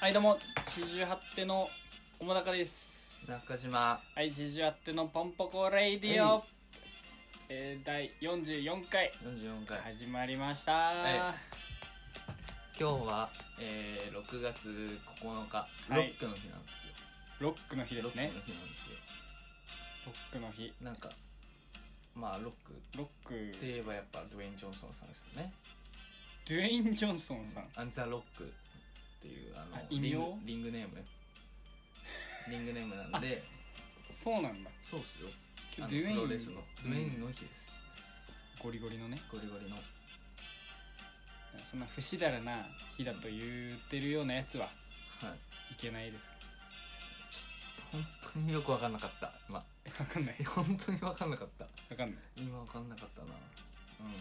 はいどうも四十八手のおもだかです中島はい四十八手のポンポコレイディオ、えー、第44回44回、始まりました、は今日は、えー、6月9日ロックの日なんですよ、ロックの日ですねロックの日なんですよロックの日なんかまあロックロッとクいえばやっぱドウェイン・ジョンソンさんですよねドゥエイン・ジョンソンさんアンザ・ロックっていうあのあ異名リングリングネ ームリングネームなんでそうなんだそうっすよあ今の日ドゥエイプンロレスのドウェインの日です、ゴリゴリのねゴリゴリのそんな不死だらな日だと言ってるようなやつははいいけないです本当によく分かんなかった今わかんない本当に分かんなかったわかんない今分かんなかったなうん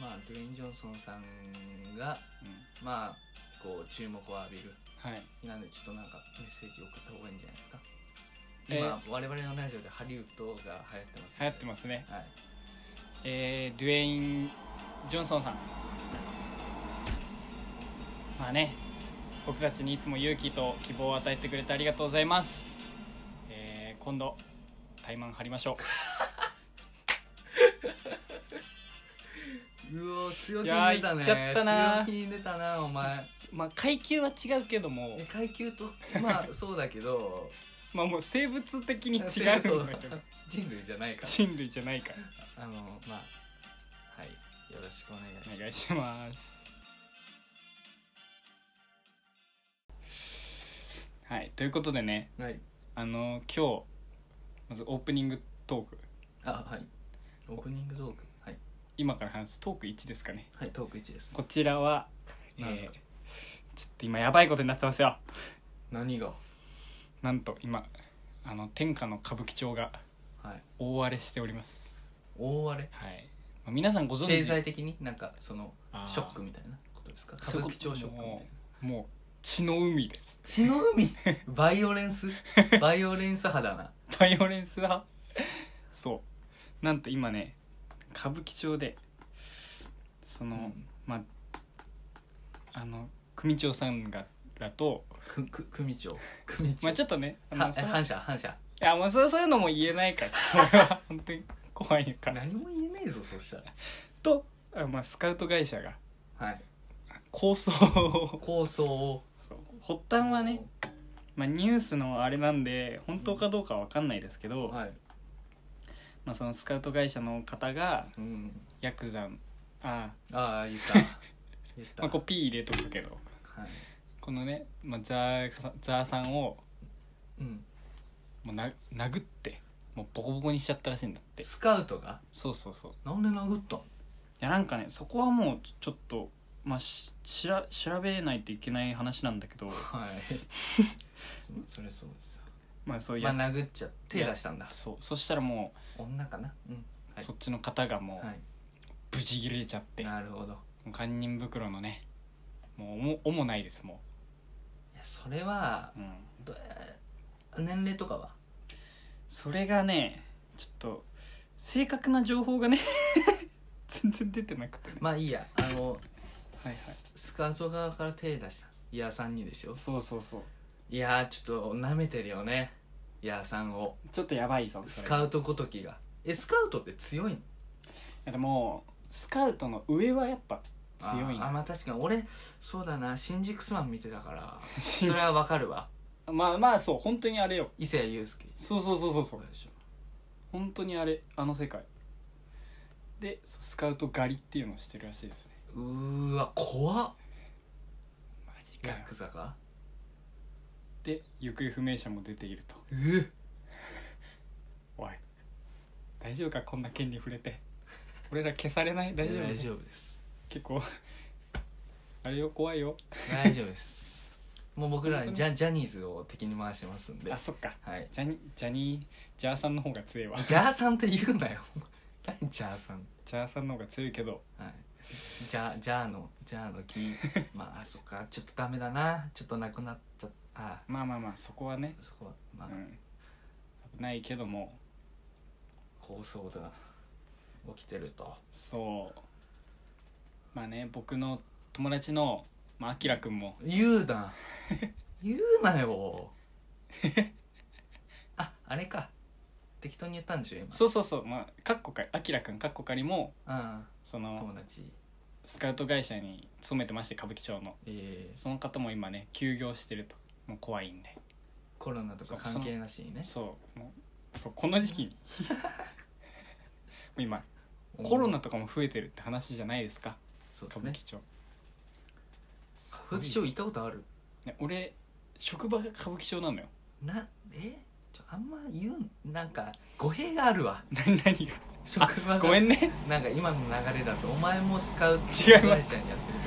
まあドゥエイン・ジョンソンさんがうんまあこう注目を浴びるはいなんでちょっとなんかメッセージ送った方がいいんじゃないですかえー今、我々のラジオでハリウッドが流行ってます流行ってますすねはいえー、ドゥエイン・ジョンソンさんまあね僕たちにいつも勇気と希望を与えてくれてありがとうございます、えー、今度タイマン張りましょうおー強い気やーに出たねいっちゃったな強気に出たなお前う まあ階級は違うけどもえ階級とまあそうだけどまあもう生物的 に違うんだけそ どう人類じゃないから人類じゃないからあのまあはいよろしくお願いしますお願いしますはいということでねはいあの今日まずオープニングトークあはいオープニングトークはい今から話すトーク1ですかねはいトーク1ですこちらは、えなんーすちょかっと今やばいことになってますよ何がなんと今あの天下の歌舞伎町がはい大荒れしております大荒れはい、まあ、皆さんご存経知済的になんかそのあーショックみたいなことですかそ歌ういうこ舞と伎町ショックみたいなももう血の海です血の 海バイオレンスバイオレンス派だなバイオレンス派そうなんと今ね歌舞伎町でその、うんまああの組長さんがらと、くく組長組長まあ、ちょっとねあのはそえの反射反射いやもうそうそういうのも言えないから それは本当に怖いから何も言えないぞそしたらと、あまあ、スカウト会社がはい構想を構想をそう発端はね、まあ、ニュースのあれなんで本当かどうかは分かんないですけど、はいまあ、そのスカウト会社の方がうんヤクザのああ、ああ言った 言ったまあ、こう P 入れとくけどはいこのね、まあ、ザーさんザーさんをうんもうな殴ってもうボコボコにしちゃったらしいんだってスカウトがそうそうそういなんで殴ったのやなんかねそこはもうちょっと、まあ、ししら調べないといけない話なんだけどはい そそれそうですよまあそういまや、あ殴っちゃ手出したんだそうそしたらも女かなうんう、はいそっちの方がもう、はいブチ切れちゃってもなるほどう堪忍袋のねもうおもおもないですもいやそれはう、うん、ど年齢とかはそれがねちょっと正確な情報がね 全然出てなくてねまあいいやあのはいはいスカウト側から手出したイヤーさんにでしょそうそうそういやーちょっと舐めてるよねイヤーさんをちょっとやばいぞスそれカウトごときがえスカウトって強いのいやでもスカウトの上はやっぱ強いあーあなまあ確かに俺そうだな新宿スワン見てたから それはわかるわまあまあそう本当にあれよ伊勢谷友介そうそうそうそうそそううでしょ本当にあれあの世界でそうスカウト狩りっていうのをしてるらしいですねうーわ怖っマジヤクザかで行方不明者も出ているとえーおい大丈夫かこんな件に触れて俺ら消されない大丈夫大丈夫です結構あれよ怖いよ大丈夫ですもう僕ら本当にジャジャニーズを敵に回してますんであそっかはいジャニジャニージャーさんの方が強いわジャーさんって言うなよ何 ジャーさんジャーさんの方が強いけどはいジャジャーのジャーの木まああそっかちょっとダメだなちょっとなくなっちゃったあまあまあまあそこはね、そこはうまあ、ん、危ないけども構想が起きてるとそうまあね僕の友達の、まああきらくんも言 うな言うなよ ああれか適当に言ったんでしょ今そうそうそうまあかっこかあきらくんかっこかりもうんその友達スカウト会社に勤めてまして歌舞伎町のええその方も今ね休業してるともう怖いんでコロナとか関係なしにねそうもうそうこの時 期にもう今コロナとかも増えてるって話じゃないですかそう歌です舞ね伎町歌舞伎町行ったことあるね俺職場が歌舞伎町 なのよなえちょあんま言うんなんか語弊があるわ何が職場がごめんねなんか今の流れだとお前もスカウ違トいます会社にやってる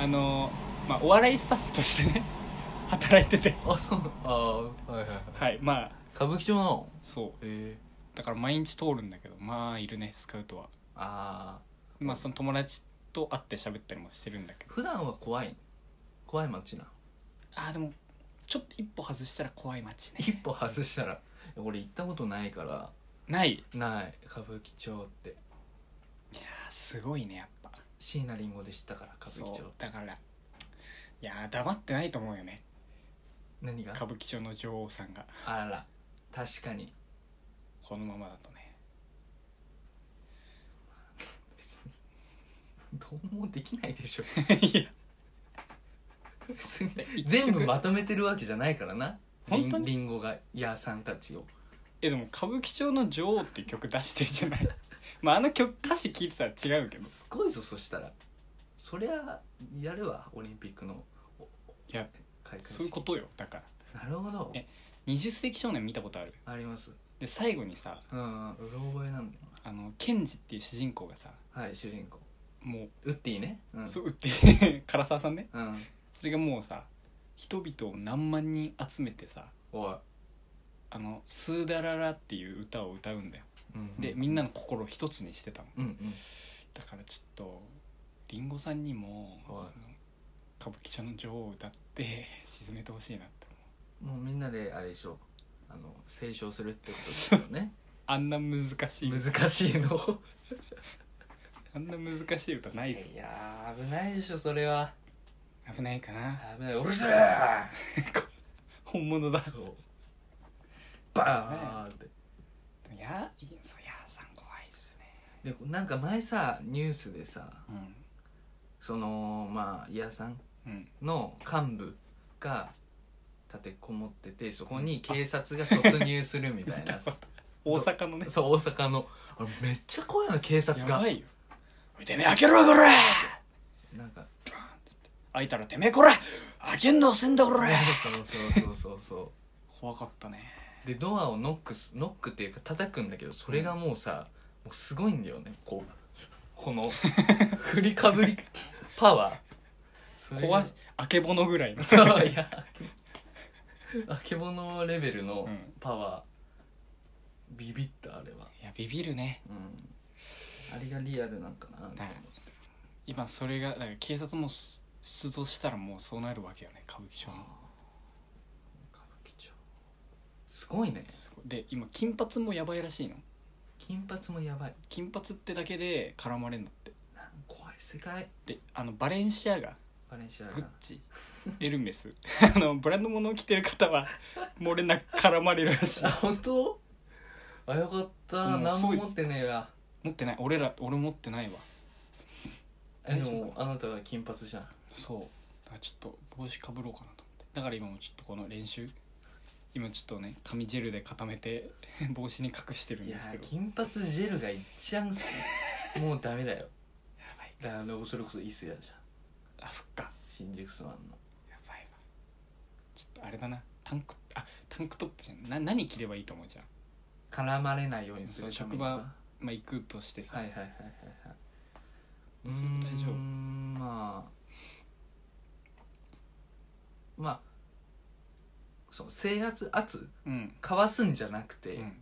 あのーまあお笑いスタッフとしてね 働いててとこはあそうあはいはいはいはいまあ歌舞伎町なのそうへえだから毎日通るんだけどまあいるねスカウトはああまあその友達と会って喋ったりもしてるんだけど普段は怖い怖い街なあーでもちょっと一歩外したら怖い街ね 一歩外したら俺行ったことないからないいない歌舞伎町ってやーすごいねやっぱ椎名林檎で知ったから歌舞伎そう町だからいやー黙ってないと思うよね何が歌舞伎町の女王さんがあらら確かにこのままだとね別にどうもでき ないでし ょいや別に一全部曲まとめてるわけじゃないからな本当にりんごが屋さんたちをえでも歌舞伎町の女王っていう曲出してるじゃない まああの曲歌詞聞いてたら違うけどすごいぞそしたらそりゃやるわオリンピックのおいや開会式そういうことよだからなるほどえ20世紀少年見たことあるありますで最後にさうんうんうろ覚えなんだよあのケンジっていう主人公がさなはい主人公もウッディねうう、んそう打って 唐沢さんねうんそれがもうさ人々を何万人集めてさおいあの「スーダララ」っていう歌を歌うんだようんでみんなの心を一つにしてたのうんうんだからちょっとりんごさんにもそはいの歌舞伎町の女王を歌って 沈めてほしいなって思うもうみんなであれでしょあの斉唱するってことですよ ねあんな難しい難しいのをあんな難しい歌 ないぞいやー危ないでしょそれは危ないかな危ないうるせえ本物だそうバーンっていやいやそういやさん怖いっすねでなんか前さニュースでさうんそのまあ伊谷さん うんの幹部が立てこもっててそこに警察が突入するみたいな大阪のねそう大阪のあれめっちゃ怖いの警察やがばいよおいてめえ開けろこらなんか開いたらてめえこら開けんのせんだこらそうそうそうそうそう怖かったねでドアをノックすノックっていうか叩くんだけどそれがもうさ、もうすごいんだよねこうこの振りかぶりパワーそれが怖いあけぼのぐら いのそういや あけぼのレベルのうんパワー、ビビったあれは、いやビビるねうん、あれがリアルなんかなみたいなね今それがだから警察もす出動したらもうそうなるわけよね歌舞伎町もあー歌舞伎町すごいねすごいで今金髪もやばいらしいの金髪もやばい金髪ってだけで絡まれんだってなん怖い世界であのバレンシアガバレンシアグッガチエルメス あのブランド物を着てる方は漏れなく絡まれるらしいあ本当あよかったそう何すもごい持ってねえわ持ってない俺ら俺持ってないわえ大で丈夫もあなたは金髪じゃんそうだからちょっと帽子かぶろうかなと思ってだから今もちょっとこの練習今ちょっとね紙ジェルで固めて帽子に隠してるんいやですけーど金髪ジェルが一番もうダメだよやばいだからあのそれこそ伊勢屋じゃんあそっか新宿スワンのやばいわちょっとあれだなタンクあタンクトップじゃんな何着ればいいと思うじゃん絡まれないようにするそうためには職まあ行くとしてさ、はいはいはいはいはいそれも大丈夫うーんまあまあその制圧圧うん、かわすんじゃなくて、うん、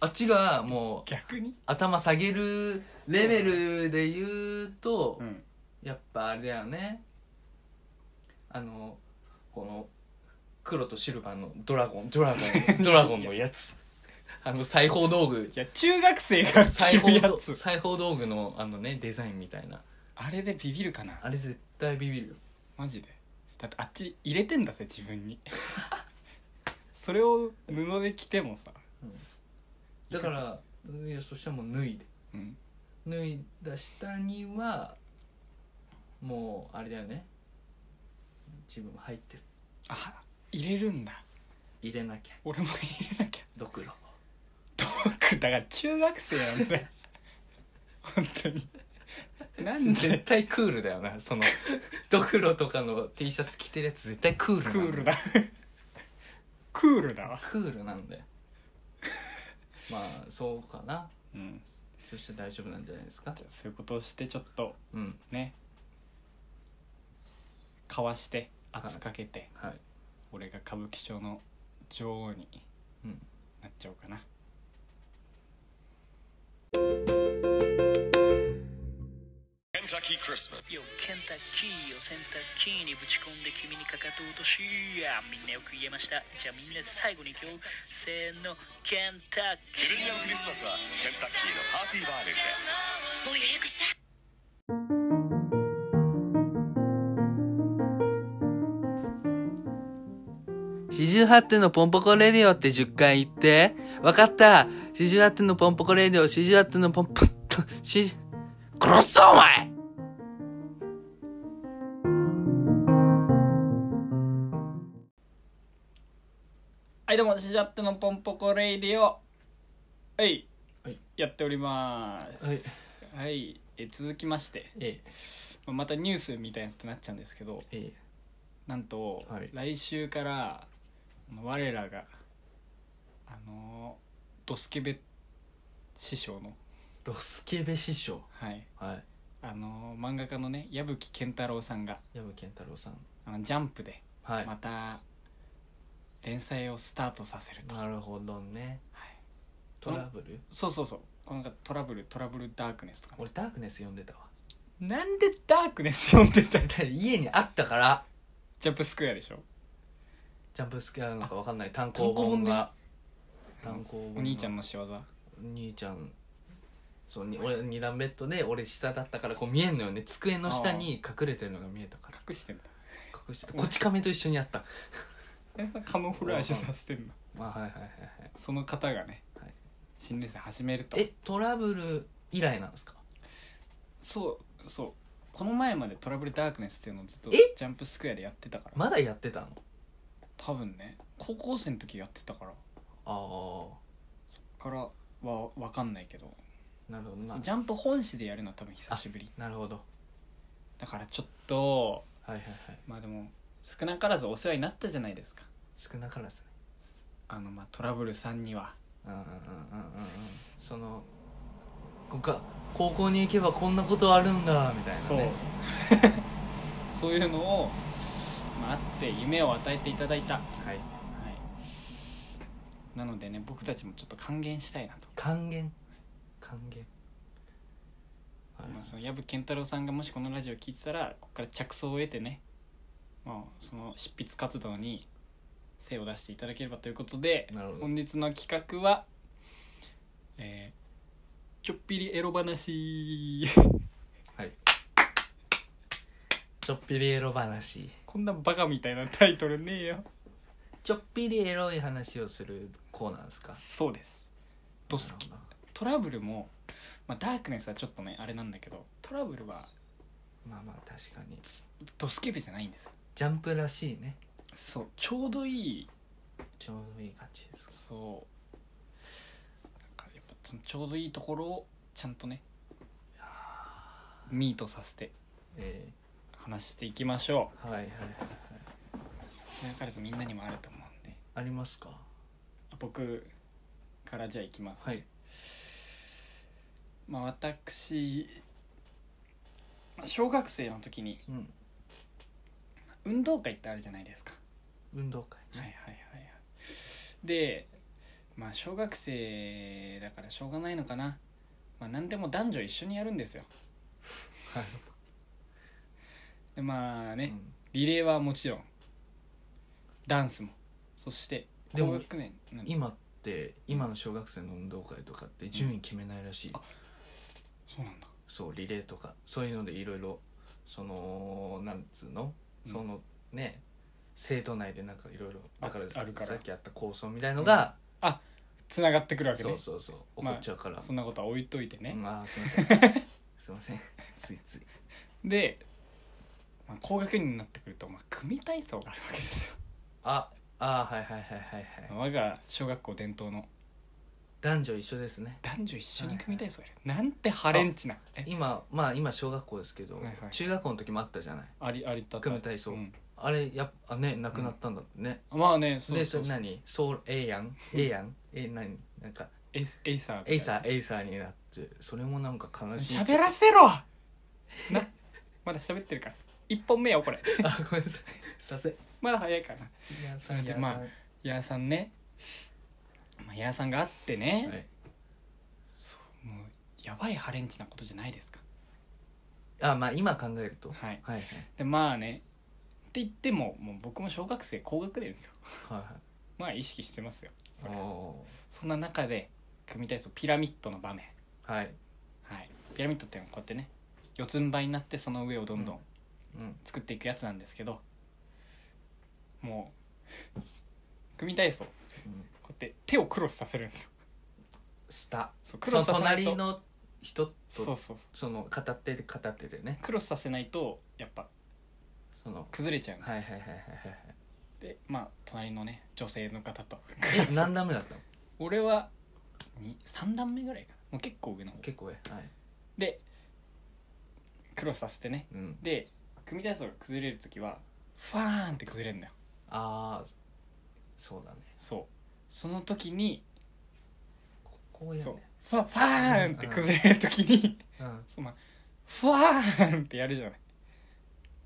あっちがもう逆に頭下げるレベルで言うと、うんやっぱあれだよねあのこの黒とシルバーのドラゴンドラゴンドラゴンの やつあの裁縫道具いや中学生が着 裁る縫や道つ裁縫道具のあのねデザインみたいなあれでビビるかなあれ絶対ビビるよマジでだってあっち入れてんだぜ自 分にそれを布で着てもさ、だからいやそしたらもう脱いでうん、脱いだ下にはもうあれだよね自分入ってるあ入れるんだ入れなきゃ俺も入れなきゃドクロトークだから中学生なん だよ本当になん絶で対クールだよな そのドクロとかの T シャツ着てるやつ絶対クールクなんだよールだ クールだわクールなんだよまあそうかなうんそして大丈夫なんじゃないですかじゃあそういうことをしてちょっとうんねかわして圧かけて、はい俺が歌舞伎町の女王にうんなっちゃおうかな、 Kentucky Christmas. よケンタッキーをセンタッキーにぶち込んで君にかかと落としやみんなよく言えましたじゃあみんなで最後に今日せーのケンタッキプーレミアムクリスマスはケンタッキーのパーティーバーレルで四十八点のポンポコレディオって10回言って。わかった四十八点のポンポコレディオ、四十八点のポンポ、し、殺すぞお前はいどうもシジャットのポンポコレイディオはい、はいやっておりますはい、え続きましてえまあまたニュースみたいなことになっちゃうんですけどえ、えなんと、はい来週からあの我らがあのドスケベ師匠のドスケベ師匠。はいはい。あの漫画家のね矢吹健太郎さんが矢部健太郎さん。あのジャンプではい。また連載をスタートさせると、なるほどね。はいトラブルそうそうそうこのトラブルトラブルダークネスとかね俺ダークネス読んでたわ。 なんでダークネス読んでた家にあったから、 ジャンプスクエアでしょジャンプスケアなんかわかんない単行本が。単行本おが兄ちゃんの仕業兄ちゃんそうに俺二段ベッドで俺下だったからこう見えんのよね机の下に隠れてるのが見えたから隠してんだ隠してこっち亀と一緒にやったえカモフラージュさせてんのまあはいはいはいはいその方がね、はい新連載始めるとえトラブル以来なんですかそうそうこの前までトラブルダークネスっていうのをずっとジえャンプスクエアでやってたからまだやってたの多分ね高校生の時やってたからあからは分かんないけどあなるほどなジャンプ本誌でやるのは多分久しぶりなるほどだからちょっとはいはいはいまあでも少なからずお世話になったじゃないですか少なからずねあのまあトラブルさんにはうんうんうんうんうんうんそのこか高校に行けばこんなことあるんだみたいなねそう そういうのを、まあ、あって夢を与えていただいた、ははいい、なのでね僕たちもちょっと還元したいなと、還元還元はいまあ、その藪健太郎さんがもしこのラジオ聞いてたらここから着想を得てね、まあ、その執筆活動に精を出していただければということでなるほど本日の企画は、えー、ちょっぴりエロ話 はい。ちょっぴりエロ話。こんなバカみたいなタイトルねえよちょっぴりエロい話をするコーナーですか。そうですドスケなるほトラブルも、まあ、ダークネスはちょっとねあれなんだけどトラブルはどまあまあ確かに。ドスケベじゃないんですジャンプらしいね。そうちょうどいいちょうどいい感じですか。そうなんかやっぱそのちょうどいいところをちゃんとねミートさせてえ話していきましょー、はいはいはい。う少なからずみんなにもあると思うんでありますか僕からじゃあいきます、はい。まあ私まあ小学生の時にうん。運動会ってあるじゃないですか運動会。はいはいはいはいでまあ小学生だからしょうがないのかな、まあ、何でも男女一緒にやるんですよはい。でまあね、うんリレーはもちろんダンスもそしてで高も学年なん今って、今の小学生の運動会とかって順位決めないらしい。あそうなんだそう、リレーとか。そういうのでいろいろ、その、なんつうのうんそのね生徒内でなんかいろいろだからああるからさっきあった構想みたいのが、つながってくるわけそうねそうそう怒まあっちゃうから、そんなことは置いといてね、 うんあーすいませんすいませんついついで、まあ、高学年になってくると、まあ、組体操があるわけですよああーはいはいはいはいは我いが小学校伝統の男女一緒ですね男女一緒に組体操やる、なんてハレンチなえ今まあ今小学校ですけど、はいはい中学校の時もあったじゃないありありたた組体操うんあれやっぱねなくなったんだってね、まあねそうでそそうそれう何ソウルええやんええやんえ何なんかエイエイサーみたいエなイサーエイサーになってそれもなんか悲しい喋らせろなまだ喋ってるから一本目よこれあごめんなさいさせまだ早いかないやそれでまあ矢田さんねまあ矢田さんがあってね、はいそうもうやばいハレンチなことじゃないですかあまあ今考えるとはいはいはいでまあねって言ってももう僕も小学生高学年ですよはまあ意識してますよそいれはいおそんな中で組体操ピラミッドの場面ーはいはいピラミッドっていうのはこうやってね四つん這いになってその上をどんどんうん作っていくやつなんですけど、もう組体操うんこうやって手をクロスさせるんですよ下そうクそロのスさせないと隣の人とそうそうそうその片手で片手でねクロスさせないとやっぱその崩れちゃうんで,、はいはいはいはいでまあ隣のね女性の方とは いはいえ何段目だったの俺はに3段目ぐらいかなもう結構上の方結構上はいでクロスさせてねうんで組体操が崩れる時はファーンって崩れるんだよああそうだねそうその時にここやそうねファファーンって崩れる時に うんそうまあファーンってやるじゃない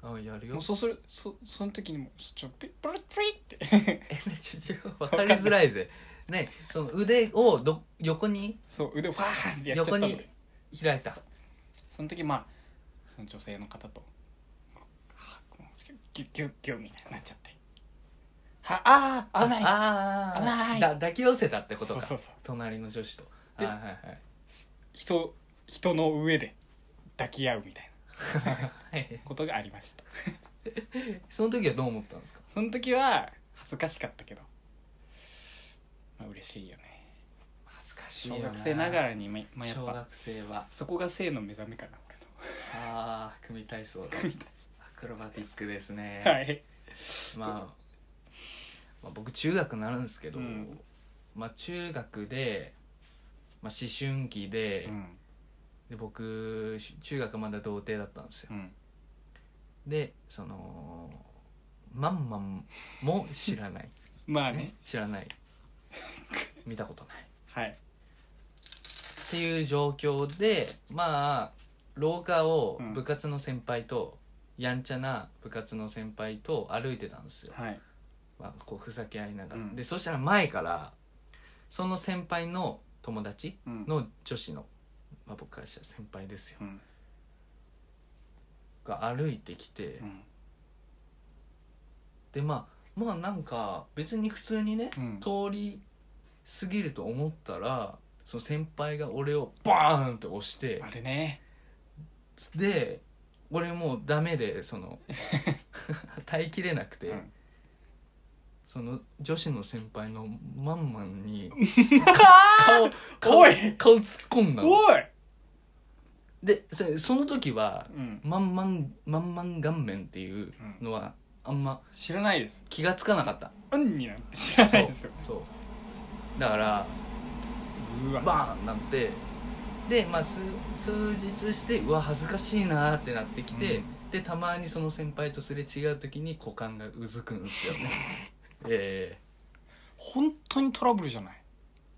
あやるもようそうするそその時にもうちょっとピッパラピリって えねちょちょ分かりづらいぜねその腕をど横にそう腕をファーンってやっちゃ横ったのに開いたその時まあその女性の方とはあもうギュッギュッギュッみたいになっちゃってはああ危ないああ危ないだ抱き寄せたってことかそうそうそう隣の女子とはでいはいはい人人の上で抱き合うみたいなはい ことがありましたその時はどう思ったんですかその時は恥ずかしかったけどまあ嬉しいよね恥ずかし小学生ながらにままあやっ小ぱ学生はそこが性の目覚めかな俺のああ組体操だアクロバティックですね、はいまあ、まあ僕中学になるんですけど、うんまあ中学で、まあ、思春期で、うんで僕し中学まだ童貞だったんですようんでそのまんまんも知 らない、まあね知らない見たことないはいっていう状況でまあ廊下をうん部活の先輩と、やんちゃな部活の先輩と歩いてたんですよ、はいまあ、こうふざけ合いながら、うんでそしたら前からその先輩の友達うんの女子の、まあ、僕からしたら先輩ですようんが歩いてきて、うんでまあまあなんか別に普通にね、うん通り過ぎると思ったらその先輩が俺をバーンって押してあれねで俺もうダメで その耐えきれなくて、うんその女子の先輩のまんま んに顔顔おい顔突っ込んだのおいでそその時はうんまんまんまんまん顔面っていうのはあんま知らないです気がつかなかったうんになんて知らないですよそうだからうわバーンなってでまあ数数日してうわ恥ずかしいなーってなってきて、うんでたまにその先輩とすれ違う時に股間がうずくんですよね ええ本当にトラブルじゃない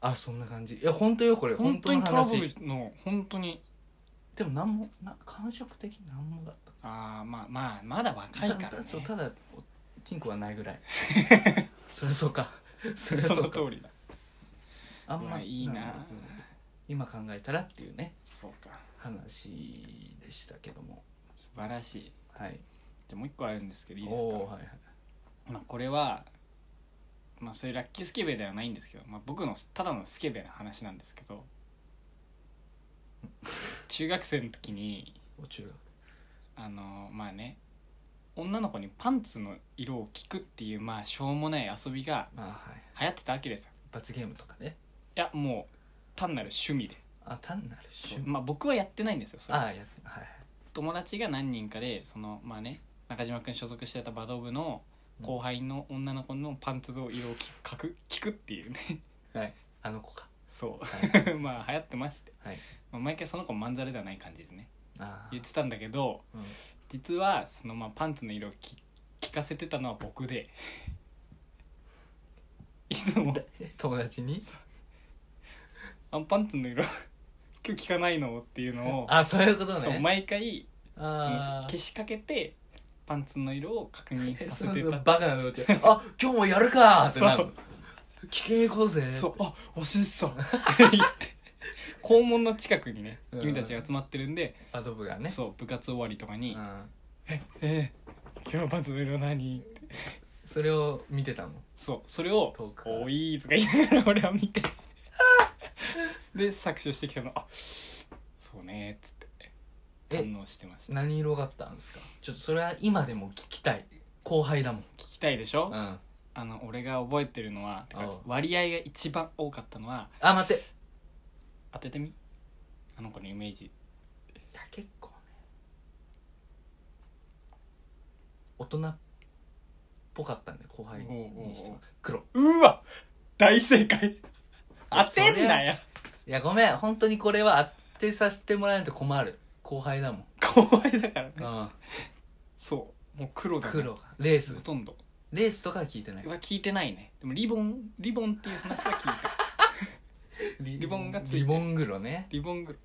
あそんな感じいや本当よこれ本本当当のにトラブ話ルの本当にでも何もな感触的に何もだったああまあまあまだ若いからたねたそうただおチンコはないぐ らいそりゃそうかそりゃそそのうか通りだあんまあまいいなうん今考えたらっていうねそうか話でしたけども素晴らしいはいじゃあもう一個あるんですけどいいおですおーかはいはいまあこれはまあそういうラッキースケベではないんですけど、まあ、僕のただのスケベな話なんですけど中学生の時にお中学あのまあね女の子にパンツの色を聞くっていうまあしょうもない遊びがまあはい流行ってたわけですよ罰ゲームとかねいやもう単なる趣味であ単なる趣味まあ僕はやってないんですよそれああやはいはい友達が何人かでそのまあね中島君所属してたバド部の後輩の女の子のパンツの色を聞く聞く 聞くっていうねはい、あの子か。そう はまあ流行ってまして、はいまあ、毎回その子まんざらではない感じでねああ言ってたんだけどうん実はそのまあパンツの色を聞聞かせてたのは僕で いつも 友達にあパンツの色 今日聞かないのっていうのをあそういうことね。そう毎回そのあ消しかけてパンツの色を確認ーさせてその たバカなのって。あ今日もやるかーってなそるう。危険行こうぜ。そうあおしんさんって言って校門の近くにねうん君たちが集まってるんで、アドブがね。そう部活終わりとかうにん。 「えー、今日パンツの色何?」ってそれを見てたもん。そうそれを遠く「からおい」とか言いながら俺は見てで搾取してきたの「あそうね」っつってえ堪能してました何色があったんですか。ちょっとそれは今でも聞きたい。後輩だもん。聞きたいでしょ、うん。あの俺が覚えてるのはてかおう割合が一番多かったのはあ待って。い当ててみあの子のイメージや結構ね。大人っぽかったんで後輩にしておうおうおもう黒。うわ大正解当てんなよいやごめん本当にこれは当てさせてもらえないと困る後輩だもん、怖いだからねうん、そうもう黒だ、ね、黒がレースほとんどレースとかは聞いてないは聞いてないねでもリボンリボンっていう話は聞い たリリボンがついてるリボン黒ねリボング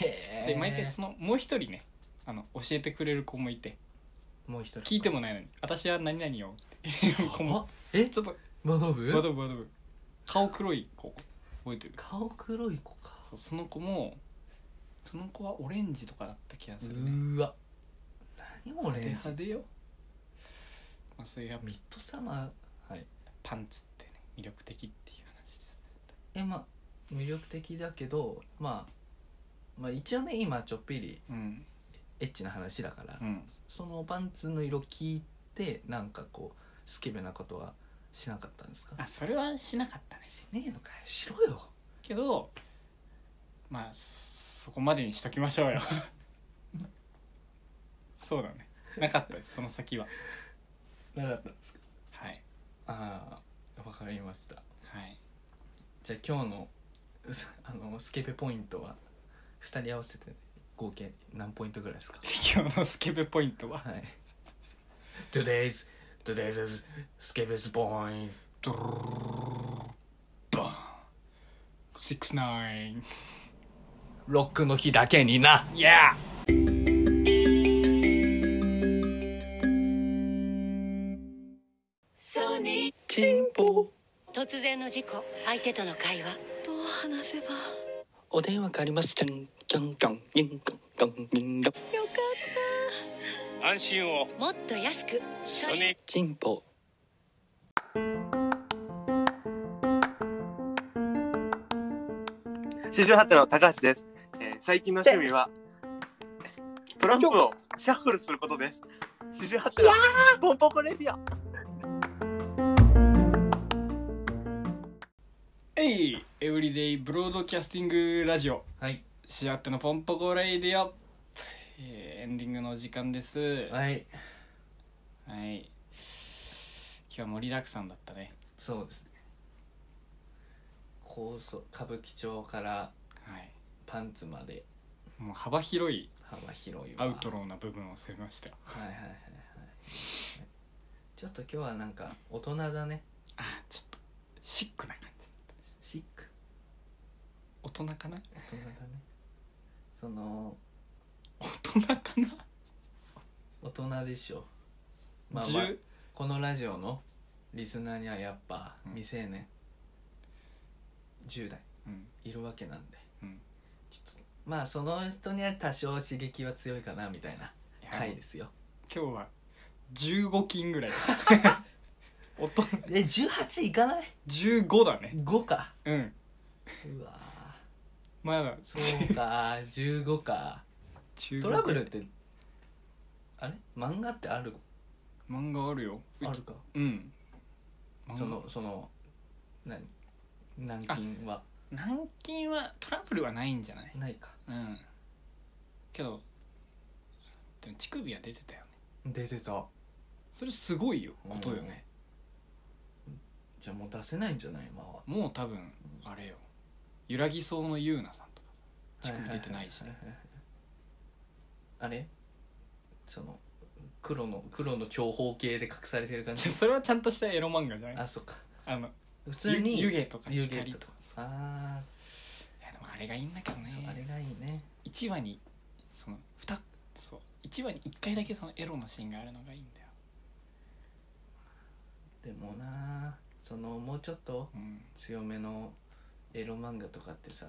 へえで毎回そのもう一人ねあの教えてくれる子もいてもう一人聞いてもないのに私は何々よっていう子もあえちょっとバドブバドブバドブ顔黒い子覚えてる顔黒い子かそうその子もその子はオレンジとかだった気がうするねーわ何俺でミ派手よ、まあ、そういうやっぱッドサマーはいパンツってね魅力的っていう話ですえまあ魅力的だけど、まあ、まあ一応ね今ちょっぴりうんエッチな話だから、うんそのパンツの色聞いてなんかこうスケベなことはしなかったんですかあそれはしなかったねしねえのかよしろよけどまあそそこまでにしときましょうよそうだねなかったですその先はなかったんですかはいああわかりましたはいじゃあ今日の すあのスケベポイントは2人合わせて合計何ポイントぐらいですか今日のスケベポイントははい Today's Today's is スケベスポインドルルルルルバーン69トロックの日だけになイヤー突然の事故相手との会話どう話せばお電話があります。じゃんじゃんじゃん、にんがんがんにんがん。よかった安心をもっと安くソニーチンポ。四十八手の高橋です、えー最近の趣味はトランプをシャッフルすることです四十八手のポンポコレディオえいエブリデイブロードキャスティングラジオはいシアテのポンポコレイディオ、えーエンディングのお時間ですははいい今日は盛りだくさんだったねそうですね高層歌舞伎町からはいパンツまでもう幅広い幅広いわアウトローな部分を攻めましたはいはいはいはいちょっと今日はなんか大人だねあちょっとシックな感じシック大人かな大人だねその大人かな、大人でしょまあ、十まあ、このラジオのリスナーにはやっぱうん未成年、10代うんいるわけなんで、うんちょっとまあその人には多少刺激は強いかなみたいないや回ですよ今日は15金ぐらいです 大人え18いかない15だね ?5 かうんうわーまだそうか15か15トラブルってあれ漫画ってある漫画あるようあちるかうん漫そ画のその何南京は軟禁はトラブルはないんじゃないないかうんけどでも乳首は出てたよね出てたそれすごいよことよね、じゃあもう出せないんじゃない今はもう多分あれよ揺らぎそうのゆうなさんとか乳首出てないしねはははいはいあれその黒の黒の長方形で隠されてる感 じじゃそれはちゃんとしたエロ漫画じゃないあそっかあの普通にゆ湯気とか湯気光ととかかそうあいやでもあれがいいんだけどあねそうあれがいいね1話にその2そう1話に1回だけそのエロのシーンがあるのがいいんだよ、でもなそのもうちょっとうん、強めのエロ漫画とかってさ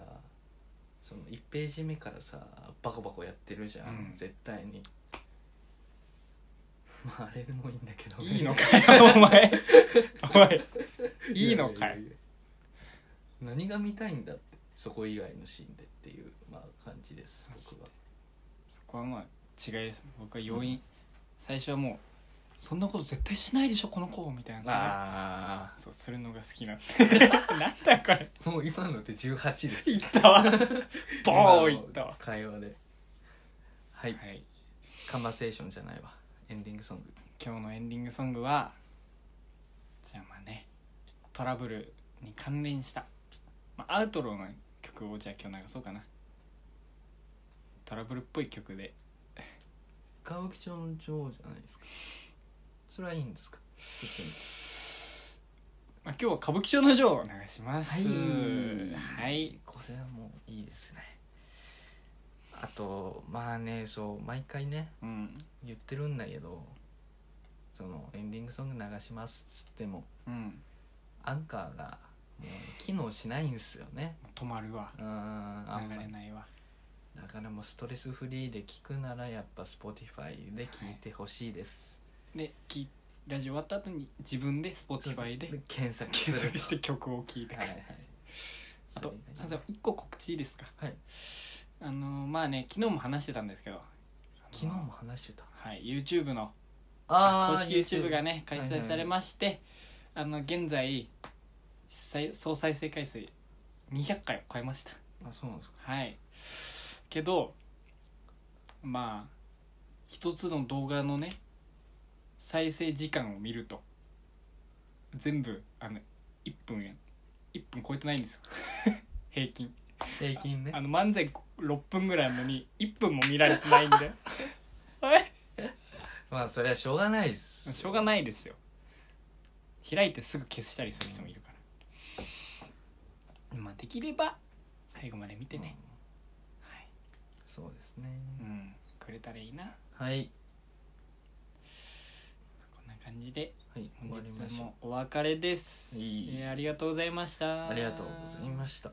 その1ページ目からさバコバコやってるじゃん、うん絶対にまああれでもいいんだけどいいのかよお 前お前いいのかやよやや何が見たいんだってそこ以外のシーンでっていう、まあ、感じです僕はそこはまあ違いです僕は要因、最初はもうそんなこと絶対しないでしょこの子みたいなあそうするの が好きななんだよこれあもう今ので18ですいった わボーンいったわ会話ではい、はいカンバセーションじゃないわエンディングソング今日のエンディングソングはじゃあまあねトラブルに関連した、まあ、アウトローの曲をじゃあ今日流そうかなトラブルっぽい曲で歌舞伎町の女王じゃないですかそれはいいんですか別にまあ、今日は歌舞伎町の女王を流します。はい。これはもういいですねあとまあねそう毎回ねうん。言ってるんだけどそのエンディングソング流しますっつってもうん。アンカーがもう機能しないんですよね止まるわ。うーんあんま流りれないわ。だからもうストレスフリーで聞くならやっぱ Spotify で聞いてほしいです、で、きラジオ終わった後に自分で Spotify で検索する検索して曲を聴いてくはるいはいあと、そすみまれがいせん、一個告知いいですか。はい。あのー、まあね、昨日も話してたんですけど。昨日も話してたはい、YouTube のあー公式 YouTube がね開いはい催されまして、あの現在再総再生回数200回を超えましたあそうなんですかはいけどまあ一つの動画のね再生時間を見ると全部あの1分や1分超えてないんですよ 平均平均ねあの漫才6分ぐらいなのに1分も見られてないん ではいまあそれはしょうがないですしょうがないですよ開いてすぐ消したりする人もいるからまあできれば最後まで見てね、はいそうですねうん、くれたらいいなはいこんな感じではい終本わりま日しょもお別れですいいえーありがとうございましたうありがとうございました